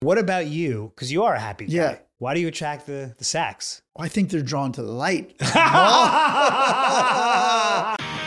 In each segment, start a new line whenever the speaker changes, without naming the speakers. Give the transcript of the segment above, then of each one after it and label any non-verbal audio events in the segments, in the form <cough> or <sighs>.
What about you? Because you are a happy guy.
Yeah.
Why do you attract the, the
<laughs>
sacks? <laughs>
I think they're drawn to the light. <laughs>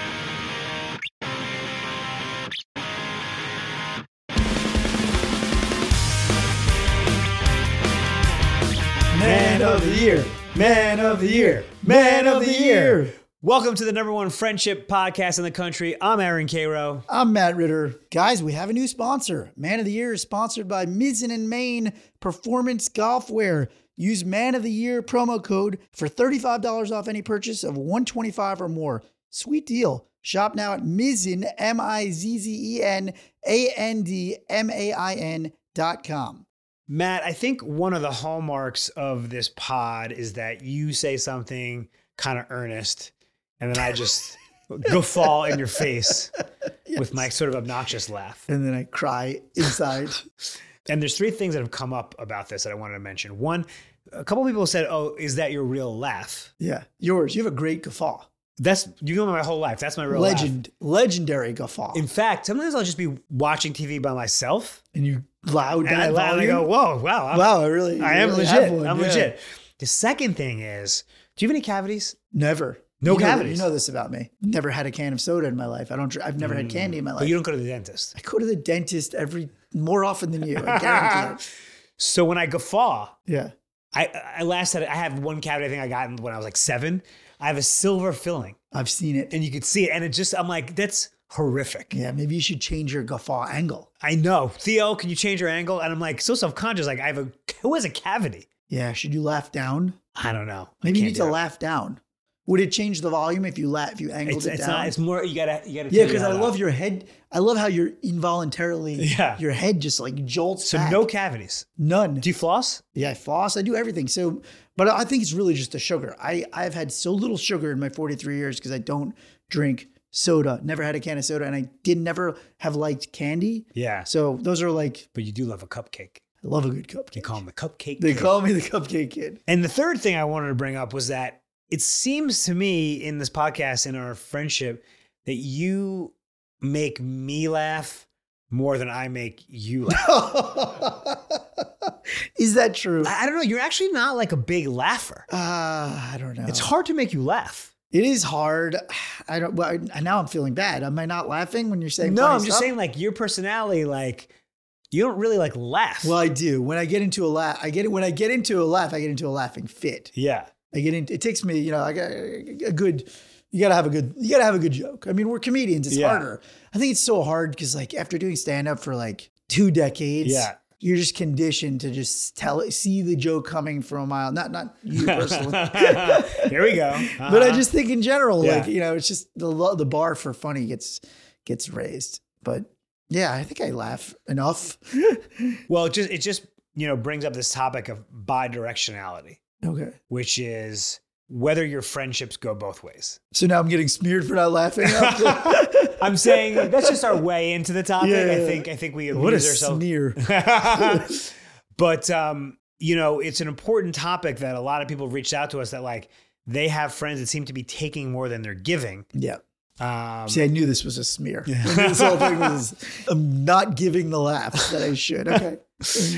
Man of the year. Man of the year. Man of the year.
Welcome to the number one friendship podcast in the country. I'm Aaron Cairo.
I'm Matt Ritter. Guys, we have a new sponsor. Man of the Year is sponsored by Mizzen and Main Performance Golfwear. Use Man of the Year promo code for $35 off any purchase of 125 or more. Sweet deal. Shop now at Mizzen, M I Z Z E N A N D M A I N dot com.
Matt, I think one of the hallmarks of this pod is that you say something kind of earnest, and then I
<laughs>
just guffaw in your face with my sort of obnoxious laugh.
And then I cry <laughs> inside.
And there's three things that have come up about this that I wanted to mention. One, a couple people said, "Oh, is that your real laugh?"
yeah. Yours. You have a great guffaw.
That's you know my whole life. That's my real laugh.
Legend, legendary guffaw.
In fact, sometimes I'll just be watching TV by myself,
and you loud
and
that
I laugh and I
volume?
go, "Whoa, wow, I'm,
wow, I really,
I am
really
legit.
have one,
I'm
yeah.
legit." The second thing is, do you have any cavities?
Never.
No
you know-
cavities.
you know this about me. Never had a can of soda in my life. I don't. dr- I've never had candy in my
But
life.
you don't go to the dentist.
I go to the dentist every more often than you. I
<laughs>
guarantee it.
So when I guffaw,
Yeah.
I I last had I have one cavity I think I got when I was like seven. I have a silver filling,
I've seen it.
and you could see it, and it just I'm like that's horrific.
Yeah, maybe you should change your guffaw angle.
I know. Theo, can you change your angle? And I'm like so self-conscious. Like I have a who has a cavity?
Yeah, should you laugh down?
I don't know. I
Maybe you
can't
need
do
to
it.
laugh down. Would it change the volume if you laugh if you angled
It's,
it
it's
down?
not. It's more. You gotta. You gotta.
yeah,
figure
because
that
I
out.
love your head. I love how you're involuntarily.
Yeah.
Your head just like jolts.
So
back.
no cavities.
none.
Do you floss?
Yeah, I floss. I do everything. So, but I think it's really just the sugar. I I've had so little sugar in my 43 years because I don't drink soda. Never had a can of soda, and I did never have liked candy.
Yeah.
So those are like
But you do love a cupcake.
I love a good
You
cupcake.
call him the cupcake.
They
kid.
call me the cupcake kid. <laughs>
And the third thing I wanted to bring up was that it seems to me in this podcast, in our friendship, that you make me laugh more than I make you
<laughs>
laugh.
Is that true? Uh,
I I don't know. You're actually not like a big laugher.
I don't know.
It's hard to make you laugh.
It is hard. <sighs> I don't. Well, I- now I'm feeling bad. Am I not laughing when you're saying?
no,
funny
I'm just
stuff?
saying like your personality, like you don't really like laugh.
Well, I do. When I get into a laugh, I get when I get into a laugh, I get into a laughing fit.
yeah.
I get in. It takes me, you know, I got a good. You gotta have a good. You gotta have a good joke. I mean, we're comedians. It's
Yeah.
harder. I think it's so hard because, like, after doing stand up for like two decades,
Yeah.
you're just conditioned to just tell, see the joke coming from a mile. Not, not
<laughs>
you personally,
Here we go.
but I
Uh-huh.
just think in general,
Yeah.
like, you know, it's just the lo- the bar for funny gets gets raised. But yeah, I think I laugh enough.
<laughs> well, it just it just you know brings up this topic of bidirectionality,
okay.
which is whether your friendships go both ways.
So now I'm getting smeared for not laughing.
<laughs> I'm saying that's just our way into the topic.
Yeah,
I
yeah.
think I think we
what a
amuse ourselves.
sneer.
<laughs> but um, you know, it's an important topic that a lot of people reached out to us that like they have friends that seem to be taking more than they're giving.
Yeah.
Um,
See, I knew this was a smear. I knew <laughs> this whole thing was I'm not giving the laughs that I should. Okay.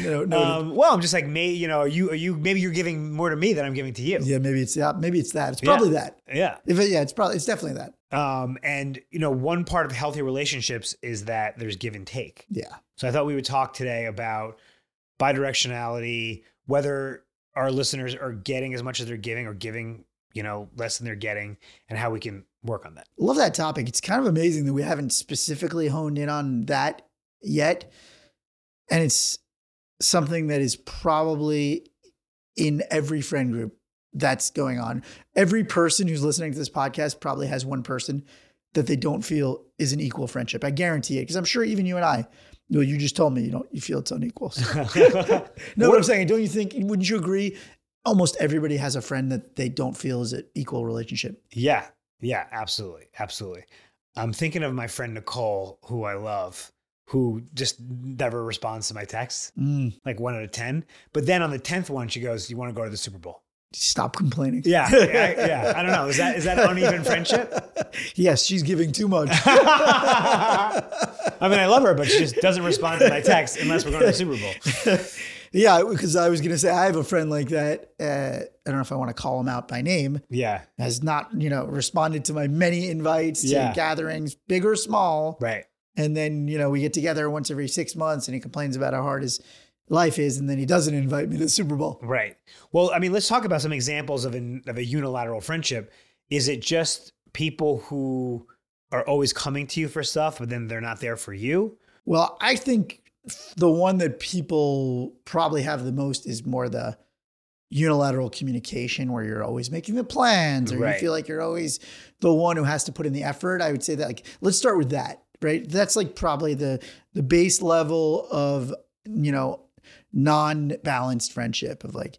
No, no.
um, well, I'm just like, may you know, are you are you maybe you're giving more to me than I'm giving to you.
yeah, maybe it's yeah, maybe it's that. It's probably that.
yeah.
If it, yeah, it's probably it's definitely that.
Um, and you know, one part of healthy relationships is that there's give and take.
Yeah.
So I thought we would talk today about bidirectionality, whether our listeners are getting as much as they're giving or giving, you know, less than they're getting, and how we can work on that.
Love that topic. It's kind of amazing that we haven't specifically honed in on that yet. And it's something that is probably in every friend group that's going on. Every person who's listening to this podcast probably has one person that they don't feel is an equal friendship. I guarantee it. Because I'm sure even you and I, well, you just told me you don't you feel it's unequal. <laughs> So. no, what I'm saying, don't you think wouldn't you agree? Almost everybody has a friend that they don't feel is an equal relationship.
<laughs> Yeah. Yeah, absolutely. Absolutely. I'm thinking of my friend Nicole, who I love, who just never responds to my texts,
Mm,
like one out of 10. But then on the 10th one, she goes, You want to go to the Super Bowl?
stop complaining.
Yeah. Yeah. yeah. I don't know. Is that is that uneven friendship?
<laughs> Yes, she's giving too much.
I mean, I love her, but she just doesn't respond to my text unless we're going to the Super Bowl.
Yeah, because I was gonna say I have a friend like that. Uh, I don't know if I want to call him out by name.
Yeah.
Has not you know responded to my many invites
Yeah.
to gatherings, big or small.
Right.
And then you know we get together once every six months, and he complains about how hard his life is, and then he doesn't invite me to the Super Bowl.
Right. Well, I mean, let's talk about some examples of an of a unilateral friendship. Is it just people who are always coming to you for stuff, but then they're not there for you?
Well, I think the one that people probably have the most is more the unilateral communication where you're always making the plans or
Right.
you feel like you're always the one who has to put in the effort. I would say that like let's start with that, right? That's like probably the the base level of, you know, non-balanced friendship of like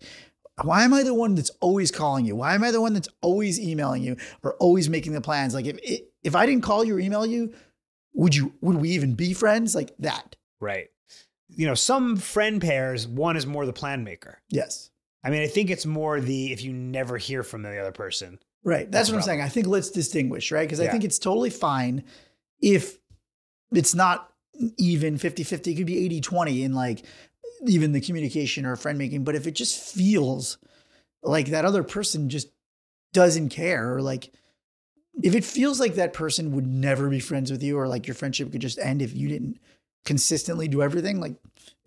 why am I the one that's always calling you? Why am I the one that's always emailing you or always making the plans? Like if if I didn't call you or email you, would you would we even be friends like that
Right. You know, some friend pairs, one is more the plan maker.
yes
I mean, I think it's more the if you never hear from the other person.
right that's what i'm
Problem.
saying i think let's distinguish right because
Yeah.
i think it's totally fine if it's not even 50-50 it could be 80-20 in like even the communication or friend making but if it just feels like that other person just doesn't care or like if it feels like that person would never be friends with you or like your friendship could just end if you didn't consistently do everything like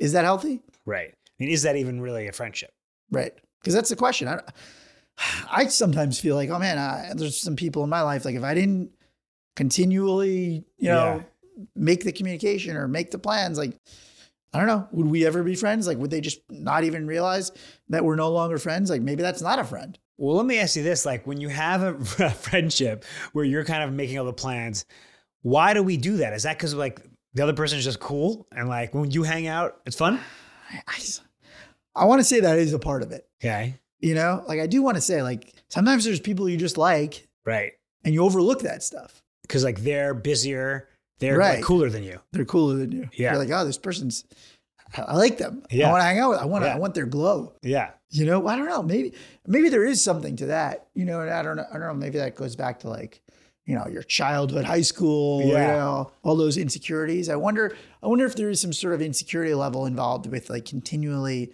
is that healthy
Right. I mean, is that even really a friendship?
Right. Because that's the question. I, I sometimes feel like, oh man, I, there's some people in my life. Like if I didn't continually, you know, make the communication or make the plans, like, I don't know, would we ever be friends? Like, would they just not even realize that we're no longer friends? Like maybe that's not a friend.
Well, let me ask you this: like, when you have a <laughs> friendship where you're kind of making all the plans, why do we do that? Is that because like the other person's just cool and like when you hang out, it's fun?
I, I, want to say that is a part of it.
Okay,
You know, like I do want to say, like, sometimes there's people you just like
right?
and you overlook that stuff.
Because like they're busier, they're like,
Right.
cooler than you.
they're cooler than you.
Yeah.
You're like, oh, this person's, I- I like them.
Yeah.
I want to hang out with. I want. to.
Yeah.
I want their glow.
Yeah,
You know, I don't know. Maybe, maybe there is something to that. You know, and I don't know. I don't know. Maybe that goes back to like, you know, your childhood, high school.
Yeah.
You know, all those insecurities. I wonder. I wonder if there is some sort of insecurity level involved with like continually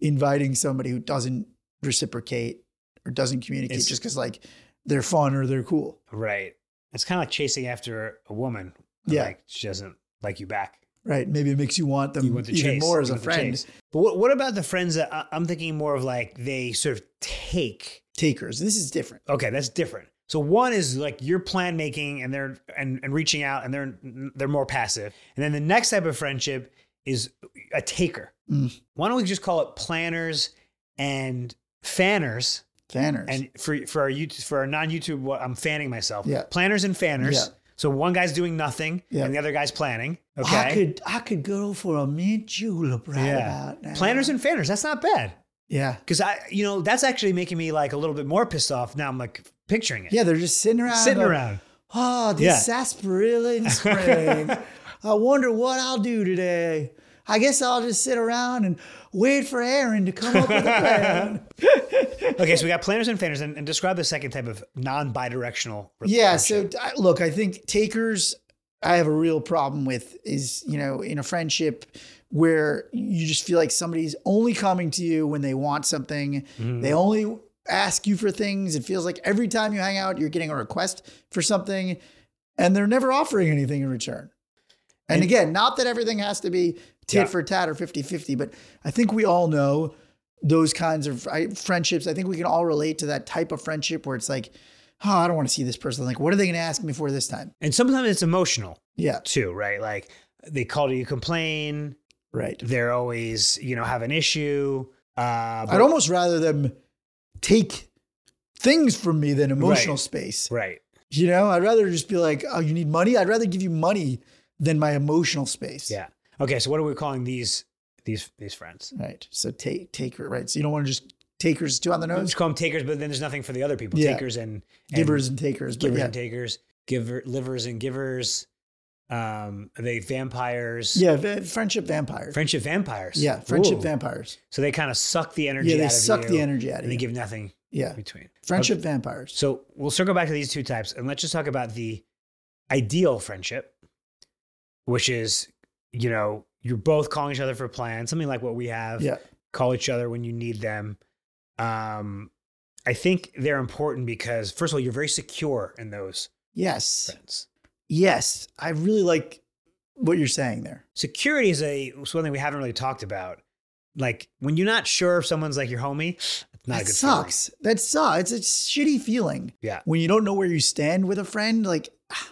inviting somebody who doesn't reciprocate or doesn't communicate
It's-
just because like they're fun or they're cool.
right. It's kind of like chasing after a woman.
Yeah.
like she doesn't like you back.
Right. Maybe it makes you want them
You want to
even
chase
more as
you
a
want to
friend.
chase. But what what about the friends that I- I'm thinking more of like they sort of take
Takers. This is different.
Okay, that's different. So one is like your plan making and they're and, and reaching out and they're they're more passive. And then the next type of friendship is a taker.
Mm.
Why don't we just call it planners and fanners?
Fanners.
And for for our YouTube for our non YouTube, well, I'm fanning myself.
Yeah.
Planners and fanners.
Yeah.
So one guy's doing nothing
Yeah.
and the other guy's planning. Okay.
I could I could go for a mint julep right
Yeah.
about now.
planners and fanners. That's not bad.
yeah.
Because I, you know, that's actually making me like a little bit more pissed off now. I'm like picturing it.
Yeah, they're just sitting around.
Sitting
like,
around.
Oh, this
Yeah.
sarsaparilla
<laughs>
in spring. I wonder what I'll do today. I guess I'll just sit around and wait for Aaron to
<laughs>
come up with a plan.
Okay, so we got planners and fanners, and, and describe the second type of non-bidirectional.
yeah. So I, look, I think takers. I have a real problem with is you know in a friendship where you just feel like somebody's only coming to you when they want something. They only ask you for things. It feels like every time you hang out, you're getting a request for something, and they're never offering anything in return. And,
And-
again, not that everything has to be tit
Yeah.
for tat or 50 50, but I think we all know those kinds of I, friendships. I think we can all relate to that type of friendship where it's like, oh, I don't want to see this person. Like, what are they going to ask me for this time?
and sometimes it's emotional
Yeah.
too, right? Like they call you, complain.
Right.
They're always, you know, have an issue. Uh,
I'd almost rather them take things from me than emotional
Right.
space.
right,
You know, I'd rather just be like, oh, you need money? I'd rather give you money than my emotional space.
yeah. Okay, so what are we calling these these these friends?
Right. So take taker, right. So you don't want to just takers too on the
We
nose?
just call them takers, but then there's nothing for the other people.
Yeah.
Takers and, and
Givers and takers. But
givers
yeah.
and takers, giver, livers and givers. Um, are they vampires?
yeah, va- friendship vampires.
friendship vampires.
yeah, friendship
Ooh.
vampires.
So they kind of suck the energy.
Yeah, they
out of
suck
you,
the energy out
and
of
they
you.
give nothing
Yeah.
between.
Friendship vampires.
So we'll circle back to these two types and let's just talk about the ideal friendship, which is, you know, You're both calling each other for plans, something like what we have.
Yeah.
Call each other when you need them. Um, I think they're important because, first of all, you're very secure in those
Yes.
friends.
Yes. I really like what you're saying there.
Security is a it's one thing we haven't really talked about. Like when you're not sure if someone's like your homie, it's not a
that
good feeling.
sucks. That sucks. It's a shitty feeling.
Yeah.
When you don't know where you stand with a friend, like ah,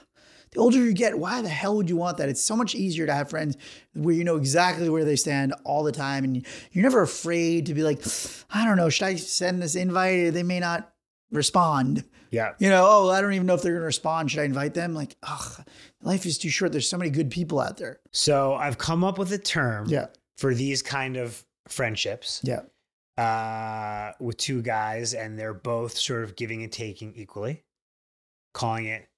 the older you get, why the hell would you want that? It's so much easier to have friends where you know exactly where they stand all the time and you're never afraid to be like, I don't know, should I send this invite? They may not respond.
Yeah.
You know, oh, I don't even know if they're going to respond. Should I invite them? Like, ugh, life is too short. There's so many good people out there.
So I've come up with a term
Yeah.
for these kind of friendships
Yeah.
uh, with two guys, and they're both sort of giving and taking equally, calling it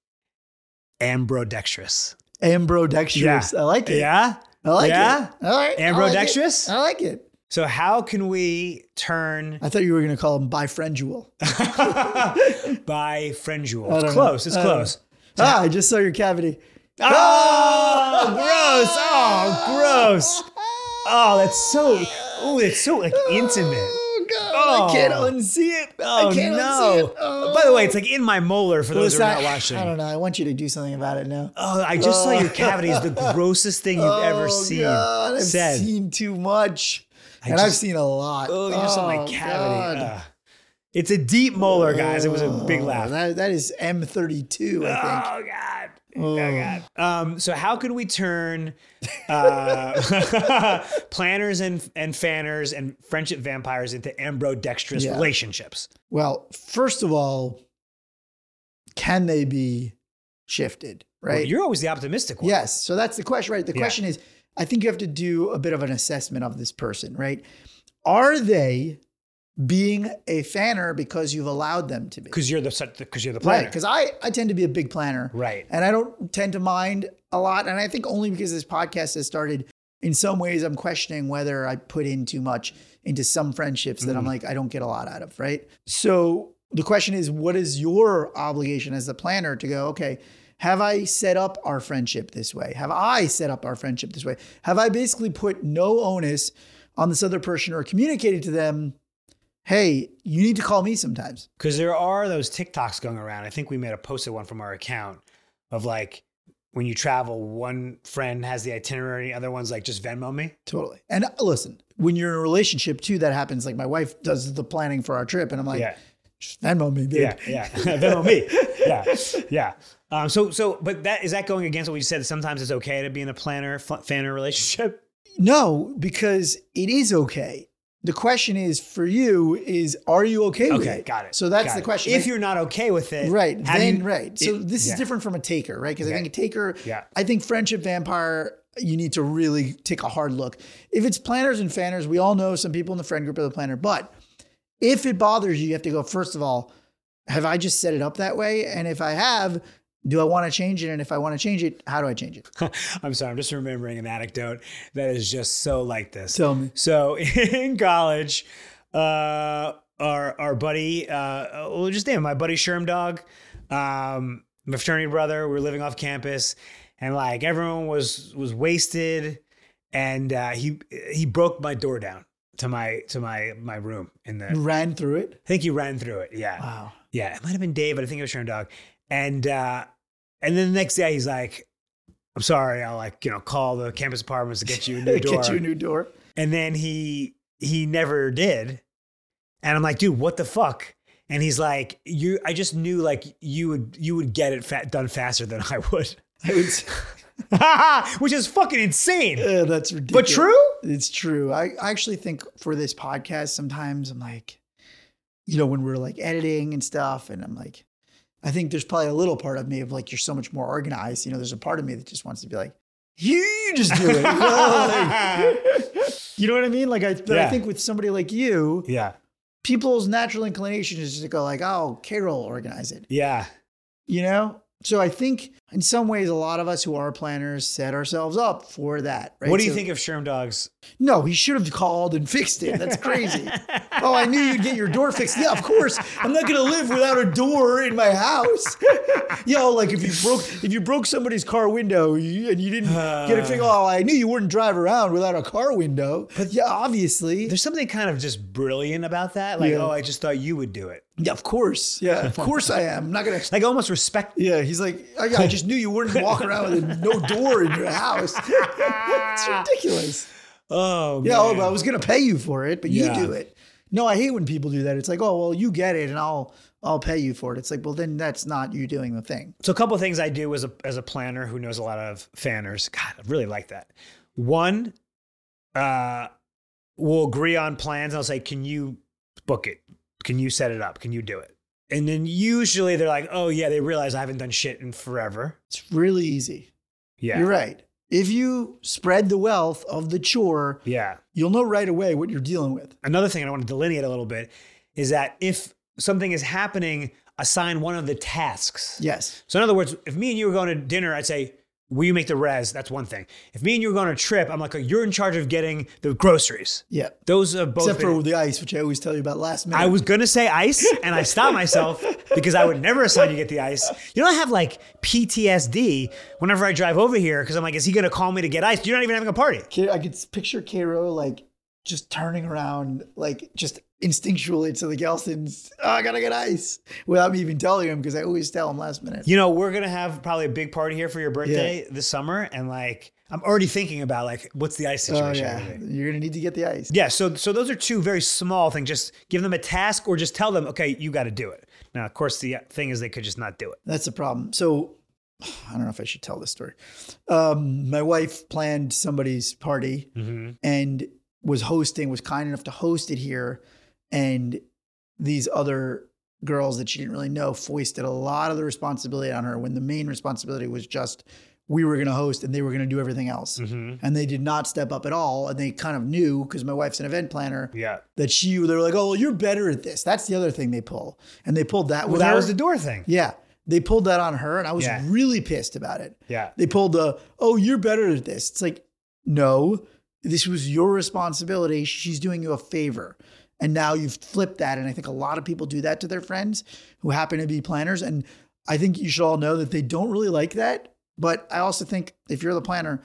ambrodextrous.
Ambrodextrous. I like it.
Yeah.
I like
Yeah.
it. All right. I like it.
Ambrodextrous?
I like it.
So how can we
<laughs>
turn
I thought you were going to call
<laughs>
him bifriendual.
by friendual?
I
It's
don't
close.
know.
It's
I don't
close.
Ah, I just saw your cavity.
Oh, gross. Oh,
Ah,
gross. Oh, that's so. Oh, that's so like <laughs> intimate.
Oh, God.
Oh.
I can't unsee it.
Oh
<gasps> I can't unsee
no!
it. Oh.
By the way, it's like in my molar for those who
Listen,
are not watching.
I, I don't know. I want you to do something about it now.
Oh, I just saw
Oh. <laughs>
your cavity is the grossest thing you've ever
Oh,
seen.
God, I've
said.
seen too much.
I
and I've
just-
seen a lot.
oh, you just saw my
God.
cavity. Ugh. It's a deep molar, guys. It was a big
Oh,
laugh.
That, that is M32, I think.
Oh God. Oh God. Um, so how could we
<laughs>
turn uh, <laughs> planners and and fanners and friendship vampires into ambrodextrous
Yeah.
relationships?
Well, first of all, can they be shifted?
Well,
Right.
you're always the optimistic one.
yes. So that's the question, right? The
Yeah.
question is I think you have to do a bit of an assessment of this person, right? Are they being a fanner because you've allowed them to be?
Because you're the because you're the
Right.
planner.
Because I, I tend to be a big planner.
Right.
And I don't tend to mind a lot. And I think only because this podcast has started, in some ways, I'm questioning whether I put in too much into some friendships that I'm like, I don't get a lot out of. Right. So the question is, what is your obligation as the planner to go, okay, have I set up our friendship this way? Have I set up our friendship this way? Have I basically put no onus on this other person or communicated to them, hey, you need to call me sometimes?
because there are those TikToks going around. I think we made a posted one from our account of like when you travel, one friend has the itinerary, other one's like just Venmo me.
Totally. And uh, listen, when you're in a relationship too, that happens. Like my wife does the planning for our trip, and I'm like,
yeah,
just Venmo me, babe.
yeah, yeah, <laughs>
<laughs>
Venmo me. Yeah, yeah. Um, so, so, but that is that going against what you said? that Sometimes it's okay to be in a planner fl- fanner relationship.
No, because it is okay. The question is for you is are you okay, with
Okay,
it?
got it.
So <laughs> that's
Got
the
it.
question.
If you're not okay with it,
right,
have
then
you-
right. So
it-
this
yeah.
is different from a taker, right? Because
Okay.
I think a taker,
Yeah.
I think friendship vampire, you need to really take a hard look. If it's planners and fanners, we all know some people in the friend group are the planner, but if it bothers you, you have to go, first of all, have I just set it up that way? And if I have, do I want to change it? And if I want to change it, how do I change it?
I'm sorry, I'm just remembering an anecdote that is just so like this.
Tell me.
So <laughs> in college, uh, our our buddy, uh, we'll just name him my buddy Sherm Dog, um, my fraternity brother. We were living off campus, and like everyone was was wasted, and uh, he he broke my door down to my to my my room in the.
You ran through it.
I think he ran through it. Yeah.
Wow.
Yeah, it might have been Dave, but I think it was Sharon Dog. And uh, and then the next day he's like, I'm sorry, I'll like, you know, call the campus apartments to get you a new door.
<laughs> <laughs> Get you a new
<laughs>
door.
and then he he never did. And I'm like, dude, what the fuck? And he's like, you I just knew like you would you would get it fat, done faster than I would. <laughs>
I would <laughs> say-
Which is fucking insane.
Uh, that's ridiculous.
But true?
It's true. I, I actually think for this podcast, sometimes I'm like, you know, when we're like editing and stuff, and I'm like, I think there's probably a little part of me of like, you're so much more organized. You know, there's a part of me that just wants to be like, you, you just do it. You know,
<laughs>
like- you know what I mean? Like, I, but
Yeah.
I think with somebody like you,
Yeah.
people's natural inclination is just to go like, oh, Carol, organize it
Yeah.
you know? So I think in some ways, a lot of us who are planners set ourselves up for that. Right?
what do you
So-
think of Sherm Dog's
No, he should have called and fixed it. That's crazy. oh, I knew you'd get your door fixed. Yeah, of course. I'm not gonna live without a door in my house. <laughs> Yo, like if you broke if you broke somebody's car window you- and you didn't get it fixed, oh, I knew you wouldn't drive around without a car window. But yeah, obviously.
There's something kind of just brilliant about that. Like,
Yeah.
oh, I just thought you would do it.
Yeah, of course. Yeah, of course I am. I'm not <laughs> gonna.
Like almost respect.
Yeah, he's like, I, I just knew you wouldn't walk around with a, no door in your house. <laughs> it's ridiculous.
Oh,
Yeah, oh,
man.
but I was gonna pay you for it, but
Yeah.
you do it. No, I hate when people do that. It's like, oh well, you get it, and I'll I'll pay you for it. It's like, well, then that's not you doing the thing.
So a couple of things I do as a as a planner who knows a lot of fanners. God, I really like that. One, uh, we'll agree on plans, and I'll say, "Can you book it? Can you set it up? Can you do it?" And then usually they're like, "Oh yeah," they realize I haven't done shit in forever.
It's really easy.
Yeah,
You're right. If you spread the wealth of the chore,
yeah.
you'll know right away what you're dealing with.
Another thing I want to delineate a little bit is that if something is happening, assign one of the tasks.
Yes.
So in other words, if me and you were going to dinner, I'd say, "Will you make the res?" That's one thing. If me and you were going on a trip, I'm like, "You're in charge of getting the groceries."
Yeah.
Those are both.
Except for the ice, which I always tell you about last minute.
I was gonna say ice, and I stopped myself because I would never assign you get the ice. You know, I have like PTSD whenever I drive over here because I'm like, is he gonna call me to get ice? You're not even having a party.
K- I could picture Cairo like just turning around, like just instinctually to the Gelsons. Oh, I gotta get ice without me even telling him because I always tell him last minute.
You know, we're gonna have probably a big party here for your birthday this summer, and like, I'm already thinking about like, what's the ice
Oh
situation?
yeah,
gonna be?
you're gonna need to get the ice.
Yeah, so so those are two very small things. Just give them a task, or just tell them, okay, you got to do it. Now, of course, the thing is they could just not do it.
That's the problem. So I don't know if I should tell this story. Um, my wife planned somebody's party
Mm-hmm,
and was hosting, was kind enough to host it here. And these other girls that she didn't really know foisted a lot of the responsibility on her when the main responsibility was just we were going to host and they were going to do everything else.
Mm-hmm.
And they did not step up at all. And they kind of knew because my wife's an event planner
Yeah.
that she, they were like, oh, you're better at this. That's the other thing they pull. And they pulled that.
Well,
with
that
her.
was the door thing.
Yeah. They pulled that on her and I was
Yeah.
really pissed about it.
Yeah.
They pulled the, oh, you're better at this. It's like, no, this was your responsibility. She's doing you a favor. And now you've flipped that. And I think a lot of people do that to their friends who happen to be planners. And I think you should all know that they don't really like that. But I also think if you're the planner,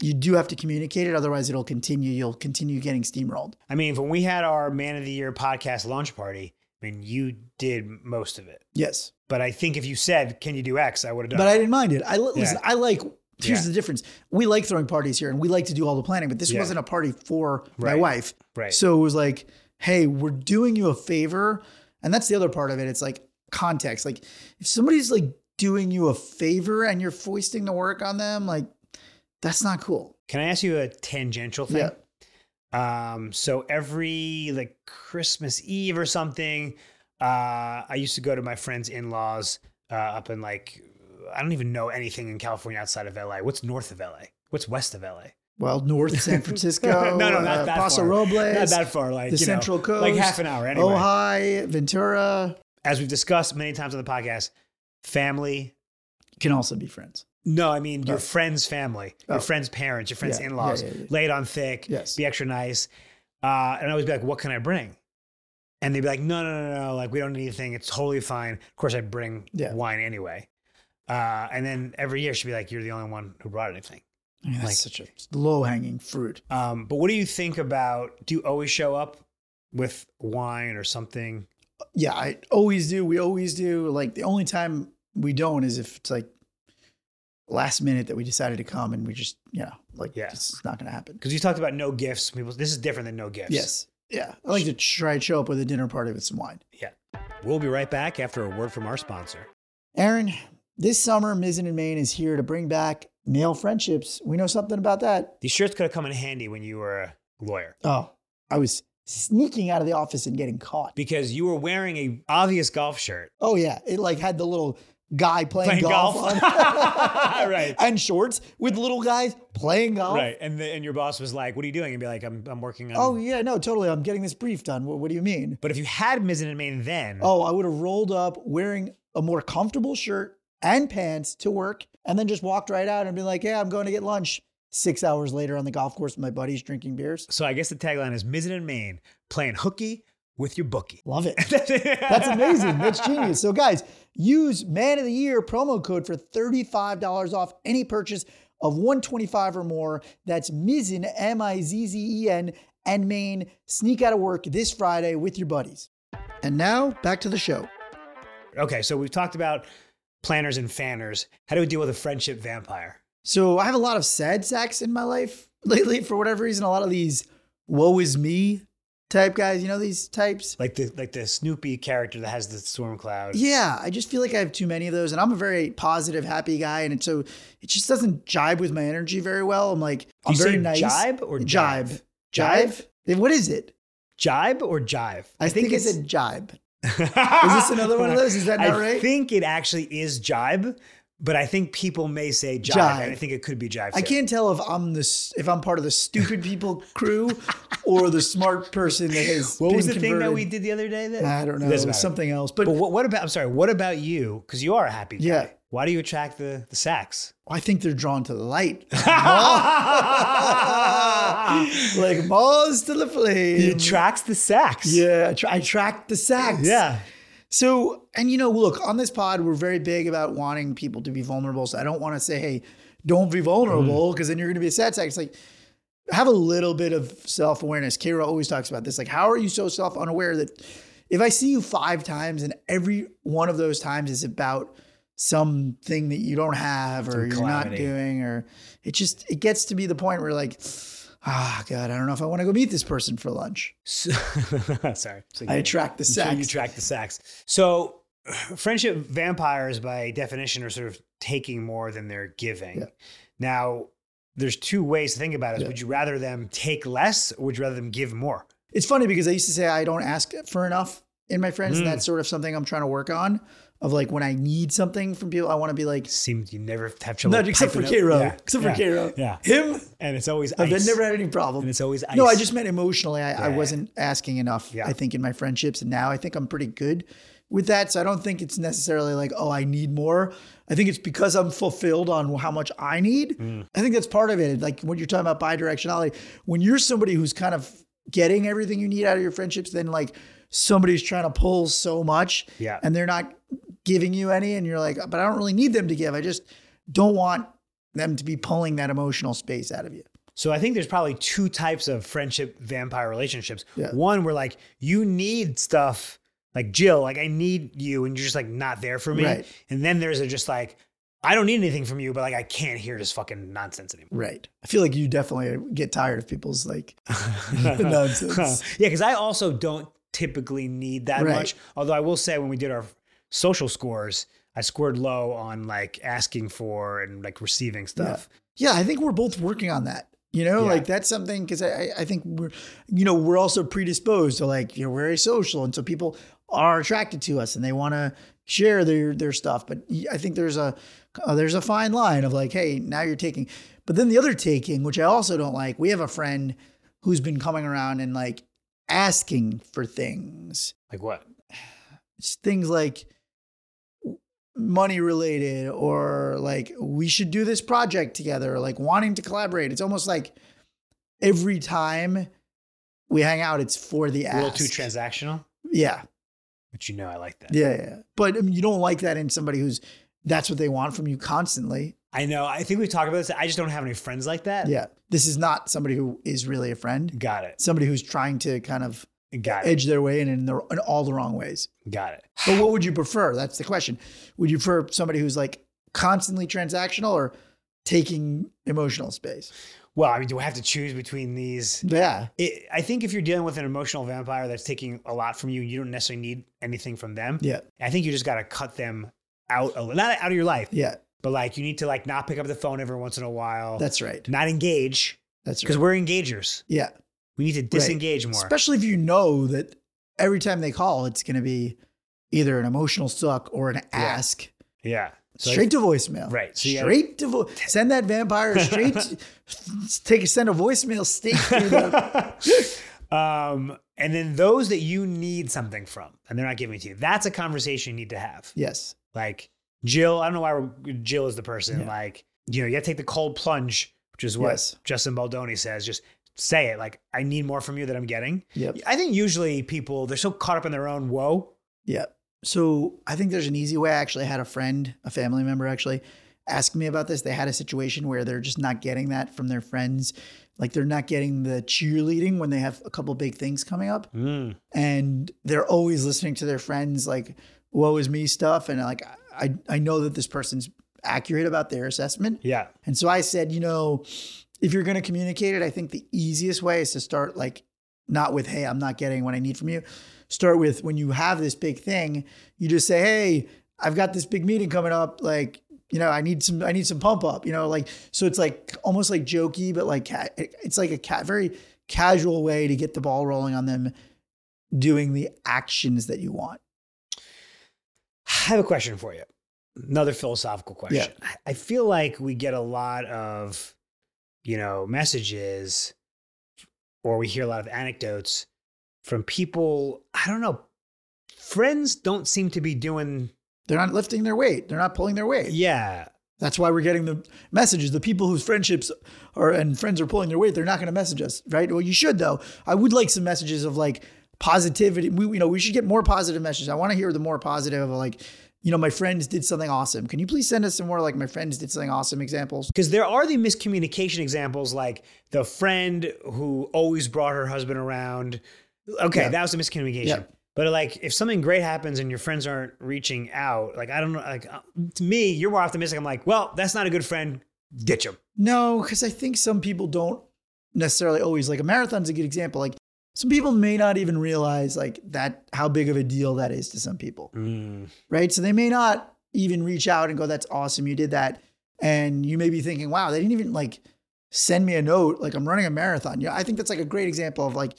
you do have to communicate it. Otherwise, it'll continue. You'll continue getting steamrolled.
I mean, when we had our Man of the Year podcast launch party, I mean, you did most of it.
Yes.
But I think if you said, "Can you do X?" I would have done.
But I
it.
didn't mind it. I li- listen. I like. Here's
Yeah.
the difference. We like throwing parties here, and we like to do all the planning. But this
Yeah.
wasn't a party for my
Right.
wife,
right.
so it was like, hey, we're doing you a favor, and that's the other part of it. It's like context. Like if somebody's like doing you a favor and you're foisting the work on them, like that's not cool.
Can I ask you a tangential thing?
Yeah.
Um, so every like Christmas Eve or something, uh, I used to go to my friend's in laws uh, up in like I don't even know anything in California outside of LA. What's north of LA? What's west of LA?
Well,
<laughs>
North San Francisco, uh,
No, no, not that
Paso
far.
Robles,
Not that far, like
the
you know,
Central Coast,
like half an hour. Anyway,
Ojai, Ventura
as we've discussed many times on the podcast, family.
can also be friends.
No, I mean your
Oh.
friend's family,
Oh.
your friend's parents, your friend's
Yeah, yeah,
in-laws.
yeah, yeah.
Lay it on thick.
Yes.
be extra nice. Uh, and I always be like, what can I bring? And they'd be like, no, no, no, no. Like, we don't need anything. It's totally fine. Of course, I'd bring
Yeah.
wine anyway. Uh, and then every year she'd be like, you're the only one who brought anything.
I mean, that's
Like-
such a low hanging fruit.
Um, but what do you think about, do you always show up with wine or something?
Yeah, I always do. We always do. Like the only time we don't is if it's like last minute that we decided to come and we just, you know, like
Yeah.
it's not going to happen.
Because you talked about no gifts. People, this is different than no gifts.
Yes. Yeah. I like to try and show up with a dinner party with some wine.
We'll be right back after a word from our sponsor.
Aaron, this summer, Mizzen and Maine is here to bring back male friendships. We know something about that.
These shirts could have come in handy when you were a lawyer.
Oh, I was sneaking out of the office and getting caught.
Because you were wearing a obvious golf shirt.
Oh, yeah. It like had the little guy playing,
Playing
golf,
golf. <laughs>
on- <laughs>
Right.
and shorts with little guys playing golf.
Right. And the, and your boss was like, "What are you doing?" And be like, "I'm I'm working on."
Oh yeah, no, totally. I'm getting this brief done. What, what do you mean?
But if you had Mizzen and Main then,
Oh, I would have rolled up wearing a more comfortable shirt and pants to work, and then just walked right out and been like, "Yeah, I'm going to get lunch." six hours later on the golf course with my buddies drinking beers.
So I guess the tagline is Mizzen and Maine playing hooky with your bookie. <laughs>
Love it. That's amazing. That's genius. So, guys, use Man of the Year promo code for $35 off any purchase of 125 or more. That's Mizzen, M I Z Z E N, and Maine. Sneak out of work this Friday with your buddies. And now back to the show.
Okay, so we've talked about planners and fanners. How do we deal with a friendship vampire?
So, I have a lot of sad sacks in my life <laughs> lately for whatever reason. A lot of these woe is me type guys, you know, these types.
Like the like the Snoopy character that has the storm cloud.
Yeah, I just feel like I have too many of those, and I'm a very positive, happy guy, and it, so it just doesn't jibe with my energy very well. I'm like, I'm
you
very
say
nice.
jibe or
jive,
jive?
jive.
Jive?
Then What is it?
Jibe or jive?
I, think, it's a jibe.
Is <laughs>
this another one of those? <laughs> Is that not
I
right?
think it actually is jibe, but I think people may say jive, and I
Jive.
think it could be jive.
I
too.
can't tell if I'm the s- if I'm part of the stupid people crew or the smart person that is.
What was the thing that we did the other day? That
I don't know.
It doesn't
It was
matter.
something else, but
But what, what about? I'm sorry. What about you? Because you are a happy guy.
<laughs> Yeah.
Why do you attract the the
<laughs>
sacks?
I think they're drawn to
<laughs>
the light. <laughs>
he
like moths to the flame.
attracts the sacks.
yeah, I, tra- I tracked the sacks.
Yeah.
So, and you know, look, on this pod, we're very big about wanting people to be vulnerable. So I don't want to say, hey, don't be vulnerable,
Mm-hmm.
because then you're going to be a sad sack. It's like, have a little bit of self awareness. Kira always talks about this. Like, how are you so self unaware that if I see you five times and every one of those times is about something that you don't have or
Some
you're not
calamity.
doing, or it just, it gets to be the point where like, ah, God, I don't know if I want to go meet this person for lunch.
So, <laughs> sorry. So
I
you-
attract the
so
sacks.
you attract the sacks. So <sighs> friendship vampires, by definition, are sort of taking more than they're giving.
Yeah.
Now, there's two ways to think about it.
Yeah.
Would you rather them take less, or would you rather them give more?
It's funny because I used to say I don't ask for enough in my friends, and
Mm.
that's sort of something I'm trying to work on. Of like when I need something from people, I want to be like,
Seemed you never have trouble.
not except for
piping up-
Kiro,
Yeah.
except
yeah.
for Kiro,
Yeah.
him.
And it's always
I've
ice.
never had any
and
problem.
it's always ice.
No, I just meant emotionally, I, I
Yeah.
wasn't asking enough.
Yeah.
I think in my friendships, and now I think I'm pretty good with that. So I don't think it's necessarily like, oh, I need more. I think it's because I'm fulfilled on how much I need.
Hmm.
I think that's part of it. Like when you're talking about bidirectionality, when you're somebody who's kind of getting everything you need out of your friendships, then like somebody's trying to pull so much
Yeah.
and they're not giving you any, and you're like, but I don't really need them to give. I just don't want them to be pulling that emotional space out of you.
So I think there's probably two types of friendship vampire relationships.
Yeah.
One where like you need stuff, like Jill, like I need you, and you're just like not there for me.
Right.
And then there's a just like I don't need anything from you, but like I can't hear this fucking nonsense anymore.
<laughs> Right. I feel like you definitely get tired of people's like <laughs>
<laughs>
nonsense.
yeah, because I also don't typically need that
Right.
much. Although I will say when we did our social scores, I scored low on like asking for and like receiving stuff.
Yeah, I think we're both working on that. You know,
Yeah.
like that's something because I, I- I think we're, you know, we're also predisposed to like you know we're very social, and so people are attracted to us and they want to share their their stuff. But y- I think there's a uh, there's a fine line of like, hey, now you're taking, but then the other taking, which I also don't like. We have a friend who's been coming around and like asking for things,
Like what?
It's things like money related or like we should do this project together or like wanting to collaborate it's almost like every time we hang out it's for the
A little too
ask.
transactional.
yeah
But you know I like that.
yeah yeah but I mean, you don't like that in somebody who's that's what they want from you constantly
I know. I think we've talked about this. I just don't have any friends like that.
yeah this is not somebody who is really a friend
Got it.
somebody who's trying to kind of
Got it.
edge their way in in, the, in all the wrong ways
Got it.
But what would you prefer? That's the question. Would you prefer somebody who's like constantly transactional or taking emotional space?
Well, I mean, do I have to choose between these?
Yeah.
It, I think if you're dealing with an emotional vampire that's taking a lot from you, you don't necessarily need anything from them.
Yeah.
I think you just got to cut them out, a, not out of your life,
Yeah.
but like you need to like not pick up the phone every once in a while,
That's right.
not engage
That's
because
right.
we're engagers.
Yeah.
We need to disengage more.
Especially if you know that every time they call, it's going to be either an emotional suck or an ask.
yeah. So
straight to voicemail.
Right. So you gotta-
straight to vo- send that
<laughs>
vampire straight. to- take send a voicemail straight
<laughs>
through the
um, and then those that you need something from and they're not giving it to you, that's a conversation you need to have.
yes.
Like Jill, I don't know why we're, Jill is the person.
Yeah.
Like you know, you got to take the cold plunge which is what
Yes.
Justin Baldoni says. Just say it. Like, I need more from you that I'm getting.
Yep.
I think usually people, they're so caught up in their own woe.
Yeah. So I think there's an easy way. I actually had a friend, a family member actually, ask me about this. They had a situation where they're just not getting that from their friends. Like they're not getting the cheerleading when they have a couple big things coming up.
Mm.
And they're always listening to their friends like, woe is me stuff. And like I I know that this person's accurate about their assessment.
Yeah.
And so I said, you know, if you're going to communicate it, I think the easiest way is to start like not with, hey, I'm not getting what I need from you. Start with when you have this big thing, you just say, hey, I've got this big meeting coming up. Like, you know, I need some, I need some pump up, you know, like, so it's like almost like jokey, but like, ca- it's like a ca- very casual way to get the ball rolling on them doing the actions that you want.
I have a question for you. Another philosophical question. I- I feel like we get a lot of, you know, messages or we hear a lot of anecdotes from people. I don't know. Friends don't seem to be doing,
They're not lifting their weight. They're not pulling their weight.
yeah,
That's why we're getting the messages. The people whose friendships are and friends are pulling their weight, they're not going to message us, right? Well, you should though. I would like some messages of like positivity. We you know we should get more positive messages. I want to hear the more positive of like, you know, my friends did something awesome. Can you please send us some more like my friends did something awesome examples?
Because there are the miscommunication examples, like the friend who always brought her husband around. Okay,
Yeah.
that was a miscommunication.
Yeah.
But like, if something great happens and your friends aren't reaching out, like I don't know, like uh, to me, you're more optimistic. I'm like, well, that's not a good friend. Ditch him.
No, because I think some people don't necessarily always like a marathon's a good example. Like some people may not even realize like that how big of a deal that is to some people. right? So they may not even reach out and go, "That's awesome, you did that," and you may be thinking, "Wow, they didn't even like send me a note. Like I'm running a marathon." Yeah, I think that's like a great example of like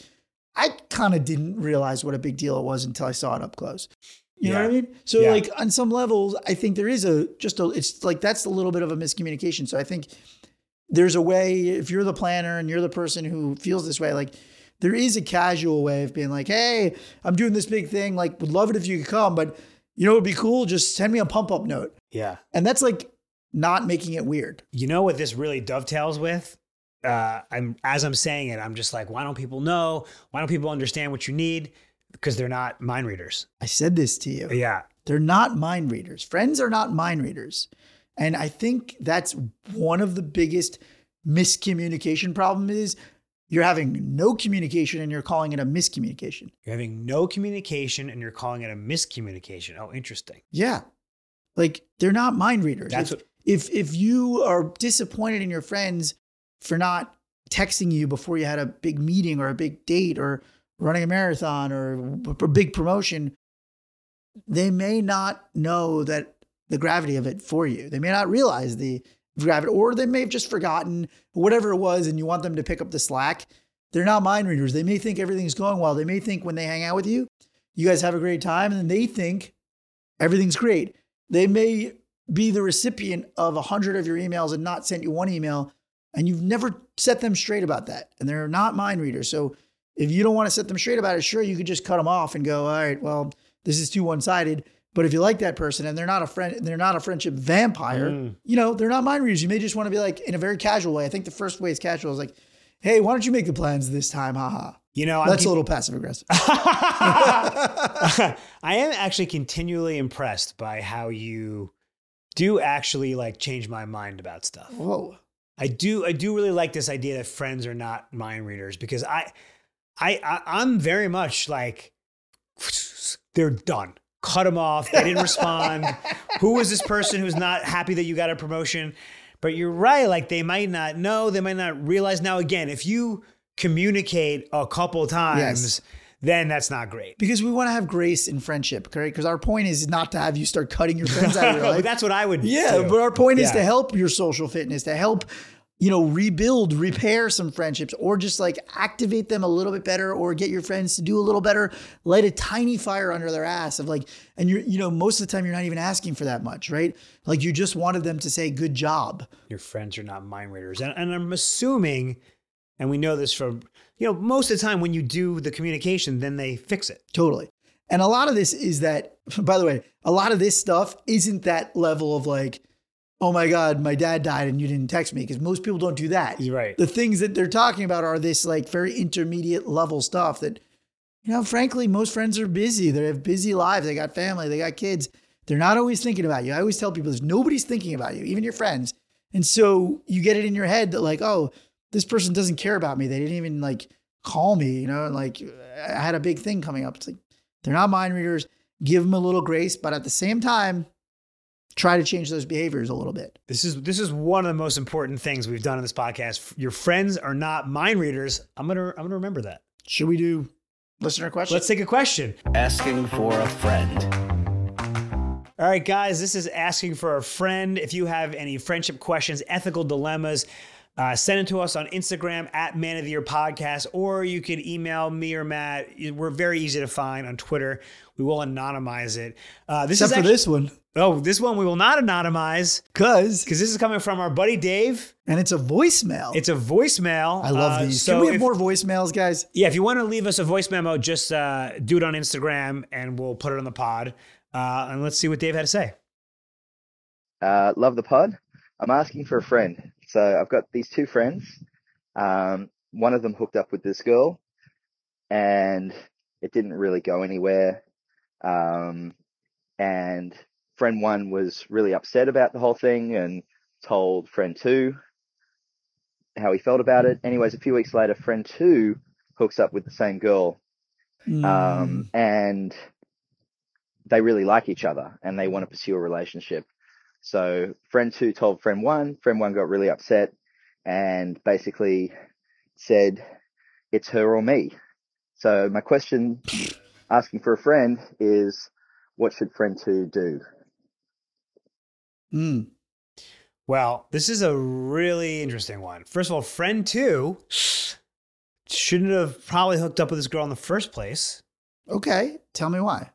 I kind of didn't realize what a big deal it was until I saw it up close. You know
Yeah.
what I mean? So
Yeah.
like on some levels, I think there is a just a it's like that's a little bit of a miscommunication. So I think there's a way if you're the planner and you're the person who feels this way, like there is a casual way of being like, hey, I'm doing this big thing. Like, would love it if you could come, but you know, it'd be cool. Just send me a pump up note.
Yeah.
And that's like not making it weird.
You know what this really dovetails with? Uh, I'm as I'm saying it, I'm just like, why don't people know? Why don't people understand what you need? Because they're not mind readers.
I said this to you.
Yeah.
They're not mind readers. Friends are not mind readers. And I think that's one of the biggest miscommunication problem is you're having no communication and you're calling it a miscommunication.
You're having no communication and you're calling it a miscommunication. Oh, interesting.
Yeah. Like they're not mind readers.
That's
if,
what-
if if you are disappointed in your friends for not texting you before you had a big meeting or a big date or running a marathon or a big promotion, they may not know that the gravity of it for you. They may not realize the gravity or they may have just forgotten whatever it was and you want them to pick up the slack. They're not mind readers. They may think everything's going well. They may think when they hang out with you, you guys have a great time and then they think everything's great. They may be the recipient of a hundred of your emails and not sent you one email, and you've never set them straight about that. And they're not mind readers. So if you don't want to set them straight about it, sure, you could just cut them off and go, all right, well, this is too one sided. But if you like that person and they're not a friend, they're not a friendship vampire,
Mm.
you know, they're not mind readers. You may just want to be like in a very casual way. I think the first way is casual is like, hey, why don't you make the plans this time? Haha.
You know, I'm
That's
keep-
a little <laughs> passive aggressive.
<laughs> I am actually continually impressed by how you do actually like change my mind about stuff.
Whoa.
I do I do really like this idea that friends are not mind readers because I I, I I'm very much like they're done. Cut them off. They didn't respond. Who is this person who's not happy that you got a promotion? But you're right. Like they might not know. They might not realize. Now again, if you communicate a couple times, then that's not great.
Because we want to have grace in friendship, correct? Because our point is not to have you start cutting your
<laughs>
friends out of your life.
that's what I would.
yeah,
do.
but our point is
Yeah.
to help your social fitness, to help, you know, rebuild, repair some friendships, or just like activate them a little bit better, or get your friends to do a little better. Light a tiny fire under their ass of like, and you're, you know, most of the time you're not even asking for that much, right? Like you just wanted them to say good job.
your friends are not mind readers. And, and I'm assuming, and we know this from, you know, most of the time when you do the communication, then they fix it.
Totally. And <laughs> a lot of this is that, by the way, a lot of this stuff isn't that level of like, oh my God, my dad died and you didn't text me, because most people don't do that.
You're right.
The things that they're talking about are this like very intermediate level stuff that, you know, frankly, most friends are busy. They have busy lives. They got family, they got kids. They're not always thinking about you. I always tell people this nobody's thinking about you, even your friends. And so you get it in your head that, like, oh, this person doesn't care about me. They didn't even like call me, you know, and, like I had a big thing coming up. It's like they're not mind readers. Give them a little grace, but at the same time, try to change those behaviors a little bit.
This is this is one of the most important things we've done in this podcast. Your friends are not mind readers. I'm gonna I'm gonna remember that.
Should we do listener questions?
Let's take a question.
Asking for a friend.
All right, guys, this is asking for a friend. If you have any friendship questions, ethical dilemmas, uh, send it to us on Instagram at Man of the Year Podcast, or you can email me or Matt. We're very easy to find on Twitter. We will anonymize it. Uh, this
Except
is
for
actually-
this one,
Oh, this one we will not anonymize
because
because this is coming from our buddy Dave.
and it's a voicemail.
It's a voicemail.
I love
Uh,
these.
so
Can we have
if-
more voicemails, guys?
Yeah, if you want to leave us a voice memo, just uh, do it on Instagram and we'll put it on the pod. Uh, and let's see what Dave had to say.
Uh, love the pod. I'm asking for a friend. So I've got these two friends. Um, one of them hooked up with this girl and it didn't really go anywhere. Um, and friend one was really upset about the whole thing and told friend two how he felt about it. Anyways, a few weeks later, friend two hooks up with the same girl
Mm.
um, and they really like each other and they want to pursue a relationship. So friend two told friend one, friend one got really upset and basically said, it's her or me. So my question asking for a friend is what should friend two do?
Mm. Mm.
Well, this is a really interesting one. First of all, friend two shouldn't have probably hooked up with this girl in the first place.
Okay, tell me why.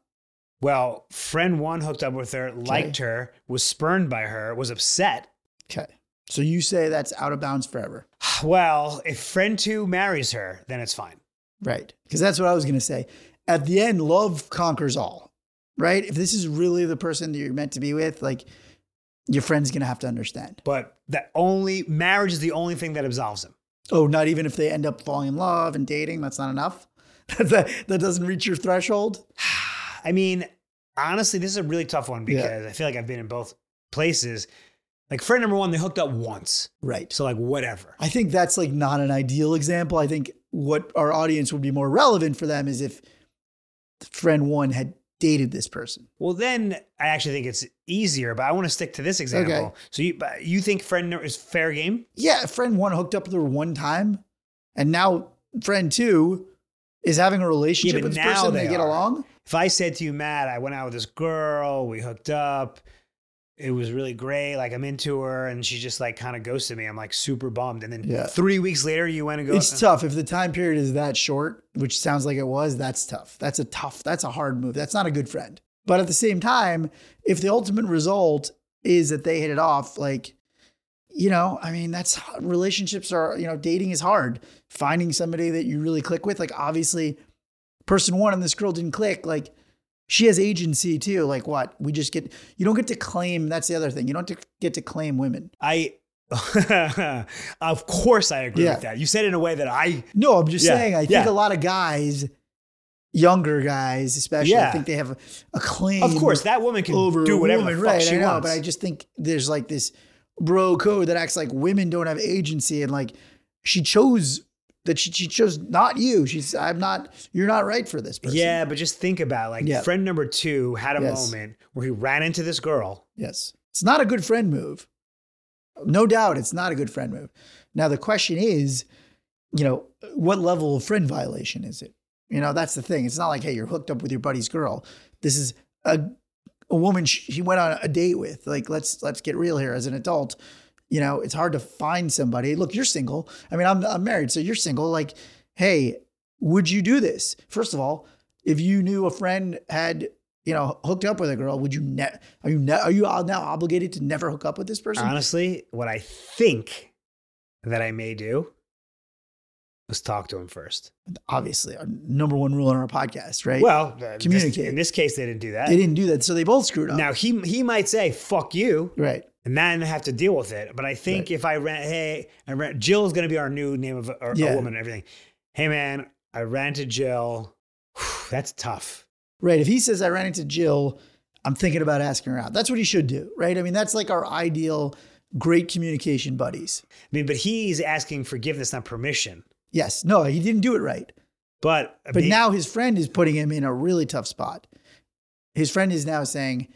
Well, friend one hooked up with her, liked her, was spurned by her, was upset. <sighs>
Okay, so you say that's out of bounds forever,
Well, if friend two marries her, then it's fine.
right? Because that's what I was going to say. At the end, love conquers all, right? If this is really the person that you're meant to be with, like your friend's going to have to understand.
But that only marriage is the only thing that absolves him. <sighs>
Oh, not even if they end up falling in love and dating, that's not enough. <laughs> that that doesn't reach your threshold.
I mean, honestly, this is a really tough one
Yeah.
because I feel like I've been in both places. Like friend number one, they hooked up once.
Right.
So like whatever.
I think that's like not an ideal example. I think what our audience would be more relevant for them is if friend one had dated this person.
Well, then I actually think it's easier, but I want to stick to this example. So you but you think friend number is fair game?
Yeah, friend one hooked up with her one time, and now friend two is having a relationship
but
with this
now
person. They,
they
get
are.
along.
If I said to you, Matt, I went out with this girl, we hooked up, it was really great, like I'm into her, and she just like kind of ghosted me. I'm like super bummed. And then
Yeah.
three weeks later, you went and go.
It's tough if the time period is that short, which sounds like it was. That's tough. That's a tough. That's a hard move. That's not a good friend. But at the same time, if the ultimate result is that they hit it off, like you know, I mean, that's relationships are. You know, dating is hard. Finding somebody that you really click with, like obviously, person one and this girl didn't click. Like she has agency too. Like what? We just get. You don't get to claim. That's the other thing. You don't get to- get to claim women.
I <laughs> of course I agree
Yeah.
with that. You said it in a way that I
No, I'm just
Yeah,
saying. I think
yeah.
a lot of guys, younger guys especially,
Yeah.
I think they have a, a claim.
Of course, that woman can
over
do
a
whatever
woman,
the fuck
right?
she
I know,
wants.
but I just think there's like this bro code that acts like women don't have agency, and like she chose that she, she chose not you. She's I'm not. You're not right for this person.
yeah, but just think about it. like
Yeah.
friend number two had a
Yes.
moment where he ran into this girl.
Yes. It's not a good friend move. No doubt it's not a good friend move. Now the question is, you know, what level of friend violation is it? You know, that's the thing. It's not like, hey, you're hooked up with your buddy's girl. This is a a woman sh- she went on a date with. Like, let's let's get real here. As an adult, you know, it's hard to find somebody. Look, you're single. I mean, I'm I'm married, so you're single. Like, hey, would you do this? First of all, if you knew a friend had you know hooked up with a girl, would you ne- are you ne- are you now obligated to never hook up with this person?
Honestly, what I think that I may do is talk to him first.
Obviously, our number one rule in our podcast, right?
Well, uh, this-
Communicate.
in this case, they didn't do that.
they didn't do that, so they both screwed up.
Now he he might say "fuck you,"
right?
and then I have to deal with it. But I think if I rent, hey, I rent Jill is going to be our new name of a, a
Yeah.
woman and everything. Hey man, I rented Jill. Whew, that's tough.
Right. If he says I ran into Jill, I'm thinking about asking her out. That's what he should do, right? I mean, that's like our ideal great communication buddies.
I mean, but he's asking forgiveness, not permission.
Yes. No, he didn't do it right.
But
But now his friend is putting him in a really tough spot. His friend is now saying,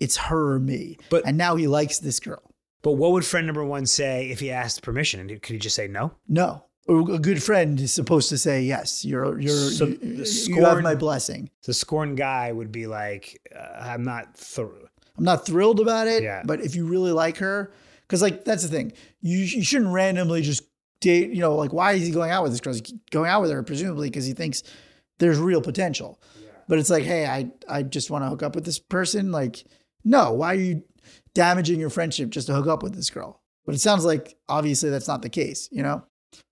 It's her or me.
But-
and now he likes this girl.
but what would friend number one say if he asked permission? And could he just say no?
No. A good friend is supposed to say yes. You're you're
So
you-
the
you have
scorn-
my blessing.
The scorned guy would be like, uh, I'm not. Th-
I'm not thrilled about it,
Yeah.
but if you really like her, because like that's the thing, you you shouldn't randomly just date. You know, like why is he going out with this girl? He's going out with her presumably because he thinks there's real potential. But it's like, hey, I I just want to hook up with this person. Like, no, why are you damaging your friendship just to hook up with this girl? But it sounds like obviously that's not the case. You know. <sighs>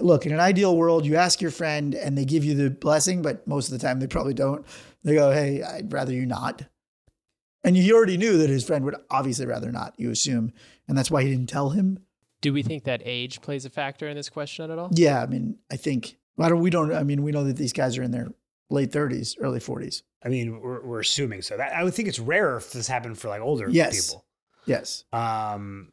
Look, in an ideal world, you ask your friend and they give you the blessing, but most of the time they probably don't. They go, Hey, I'd rather you not. And he already knew that his friend would obviously rather not, you assume. And that's why he didn't tell him.
Do we think that age plays a factor in this question at all?
Yeah, I mean, I think why don't we don't I mean, we know that these guys are in their late 30s, early 40s.
I mean, we're, we're assuming so. That I would think it's rarer if this happened for like older
Yes.
people.
Yes.
Um,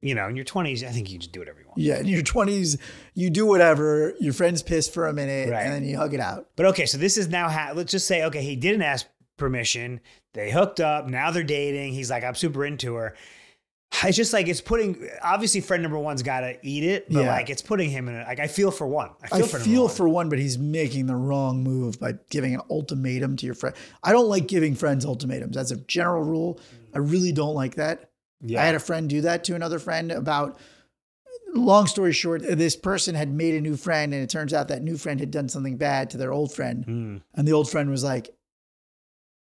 you know, in your 20s, I think you just do whatever you want.
Yeah, in your 20s, you do whatever, your friend's pissed for a minute
Right.
and then you hug it out.
But okay, so this is now ha- let's just say okay, he didn't ask permission. They hooked up. Now they're dating. He's like, I'm super into her. It's just like it's putting. Obviously, friend number one's got to eat it, but
Yeah.
like it's putting him in. A, like I feel for one. I
I
feel for.
feel,
number one.
for one, but he's making the wrong move by giving an ultimatum to your friend. I don't like giving friends ultimatums. That's a general rule.
Mm.
I really don't like that.
Yeah.
I had a friend do that to another friend about long story short, this person had made a new friend and it turns out that new friend had done something bad to their old friend.
Hmm,
And the old friend was like,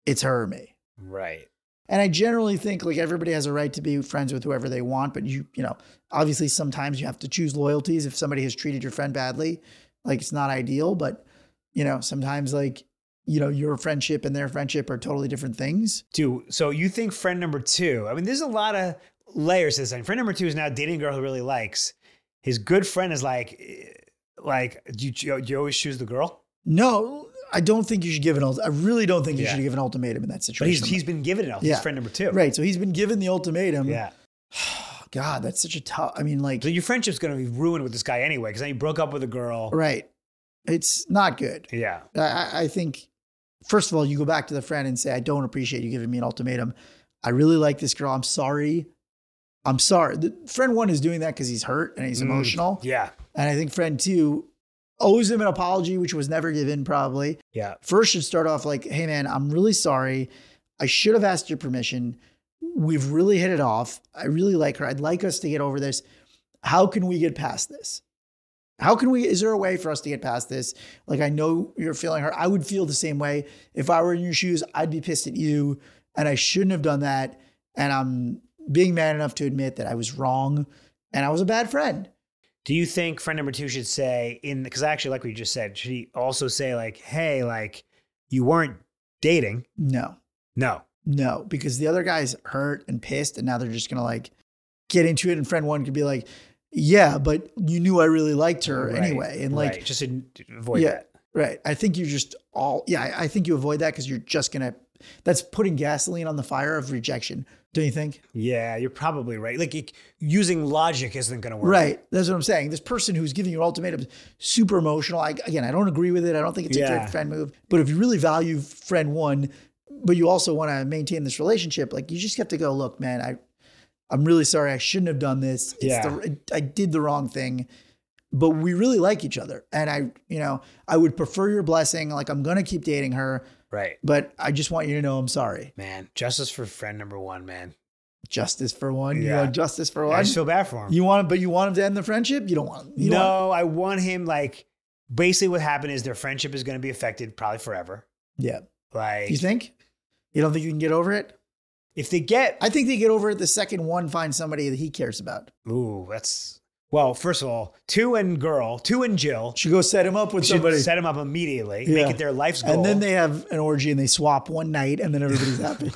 It's her or me.
right.
And I generally think like everybody has a right to be friends with whoever they want, but you, you know, obviously sometimes you have to choose loyalties if somebody has treated your friend badly. Like it's not ideal, but you know, sometimes like, you know, your friendship and their friendship are totally different things.
Dude, so you think friend number two? I mean, there's a lot of layers to this. And friend number two is now dating a girl he really likes. His good friend is like, eh, like, do you, do you always choose the girl?
No, I don't think you should give an ult- I really don't think you
Yeah.
should give an ultimatum in that
But
situation.
he's he's been given it. He's
Yeah.
friend number two.
Right. So he's been given the ultimatum.
Yeah.
<sighs> God, that's such a tough. I mean, like,
So your friendship's gonna be ruined with this guy anyway, because then you broke up with a girl.
right. It's not good.
Yeah.
I- I, I think, first of all, you go back to the friend and say, I don't appreciate you giving me an ultimatum. I really like this girl. I'm sorry. I'm sorry. The, friend one is doing that because he's hurt and he's
Mm.
emotional.
Yeah.
And I think friend two owes him an apology, which was never given, probably.
Yeah.
first should start off like, hey man, I'm really sorry. I should have asked your permission. We've really hit it off. I really like her. I'd like us to get over this. How can we get past this? How can we, is there a way for us to get past this? Like, I know you're feeling hurt. I would feel the same way. If I were in your shoes, I'd be pissed at you and I shouldn't have done that. And I'm being man enough to admit that I was wrong and I was a bad friend.
Do you think friend number two should say in because I actually like what you just said, should he also say like, hey, like you weren't dating?
No.
No.
No, because the other guy's hurt and pissed, and now they're just gonna like get into it. And friend one could be like, "Yeah, but you knew I really liked her
Right,
anyway." And like,
right. just in- avoid
Yeah.
that.
right? I think you just all yeah. I- I think you avoid that because you're just gonna. That's putting gasoline on the fire of rejection. Don't you think?
Yeah, you're probably right. Like it, using logic isn't gonna work.
Right. That's what I'm saying. This person who's giving you an ultimatum, super emotional. I, again, I don't agree with it. I don't think it's a
Yeah.
great friend move. But if you really value friend one, but you also want to maintain this relationship, like you just have to go, look, man, I, I'm really sorry. I shouldn't have done this. It's
Yeah.
the, I did the wrong thing. But we really like each other. And I, you know, I would prefer your blessing. Like I'm going to keep dating her,
Right.
but I just want you to know I'm sorry.
Man, justice for friend number one, man.
Justice for one. You
Yeah.
want justice for
I
one?
just feel bad for him.
You want, but you want him to end the friendship? You don't want him. You don't want-
no, I want him like basically what happened is their friendship is gonna be affected probably forever.
yeah.
Like
You think? You don't think you can get over it?
if they get
I think they get over it the second one finds somebody that he cares about.
Ooh, that's well. First of all, two and girl, two and Jill
She goes set him up with
should
somebody.
set them up immediately,
Yeah.
make it their life's goal,
and then they have an <laughs> orgy and they swap one night and then everybody's happy.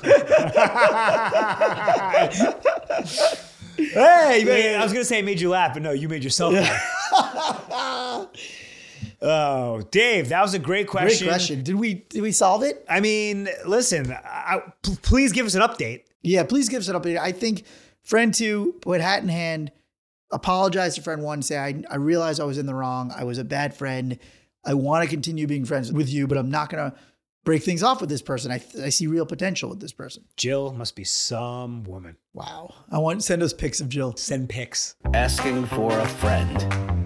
Hey, you made- I was gonna say I made you laugh, but no, you made yourself laugh.
<laughs>
Oh, Dave, that was a great
Great
question.
question. Did we did we solve it?
I mean, listen, I, p- please give us an update.
Yeah, please give us an update. I think friend two put hat in hand, apologize to friend one, say, I, I realized I was in the wrong. I was a bad friend. I want to continue being friends with you, but I'm not going to break things off with this person. I, I see real potential with this person.
Jill must be some woman.
Wow. I want send us pics of Jill.
Send pics.
Asking for a friend.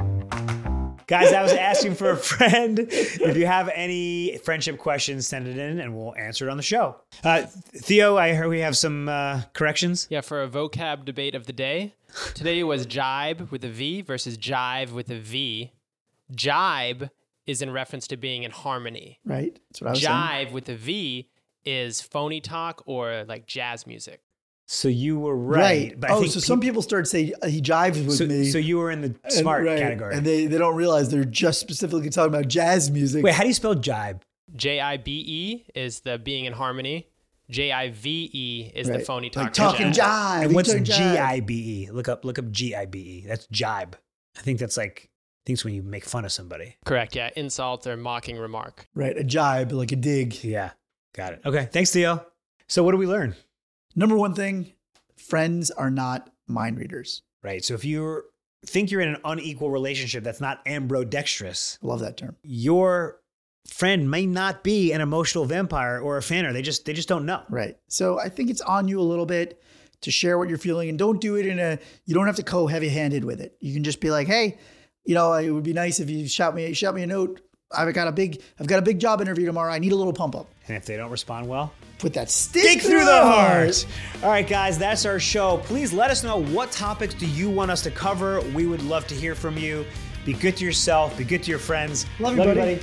Guys,
<laughs>
I was asking for a friend. If you have any friendship questions, send it in and we'll answer it on the show. Uh, Theo, I heard we have some uh, corrections.
Yeah, for a vocab debate of the day, today was jibe with a V versus jive with a V. Jibe is in reference to being in harmony.
Right? That's what I was saying.
Jive with a V is phony talk or like jazz music.
So you were right.
Right.
but I
oh, so
think
some
peop-
people start to say uh, he jives with
so,
me.
so you were in the
And-
smart
right.
category.
And they, they don't realize they're just specifically talking about jazz music.
Wait, how do you spell jibe?
J I B E is the being in harmony. J I V E is the
Right.
phony talk.
like
or
talking
jazz.
jive.
And what's
talking
G
jive.
I B E? Look up look up G I B E. That's jibe. I think that's like I think it's when you make fun of somebody.
Correct. Yeah. Insult or mocking remark.
Right, a jibe, like a dig.
Yeah. Got it. Okay. Thanks, Theo. So what do we learn?
Number one thing, friends are not mind readers.
Right. So if you think you're in an unequal relationship that's not ambrodextrous,
I love that term.
your friend may not be an emotional vampire or a fanner. They just they just don't know.
Right. So I think it's on you a little bit to share what you're feeling and don't do it in a you don't have to go heavy handed with it. You can just be like, hey, you know, it would be nice if you shot me shot me a note. I've got a big I've got a big job interview tomorrow. I need a little pump up.
And if they don't respond well,
Put that stick,
dig through the heart. All right, guys, that's our show. Please let us know what topics do you want us to cover. We would love to hear from you. Be good to yourself. Be good to your friends.
Love you, buddy.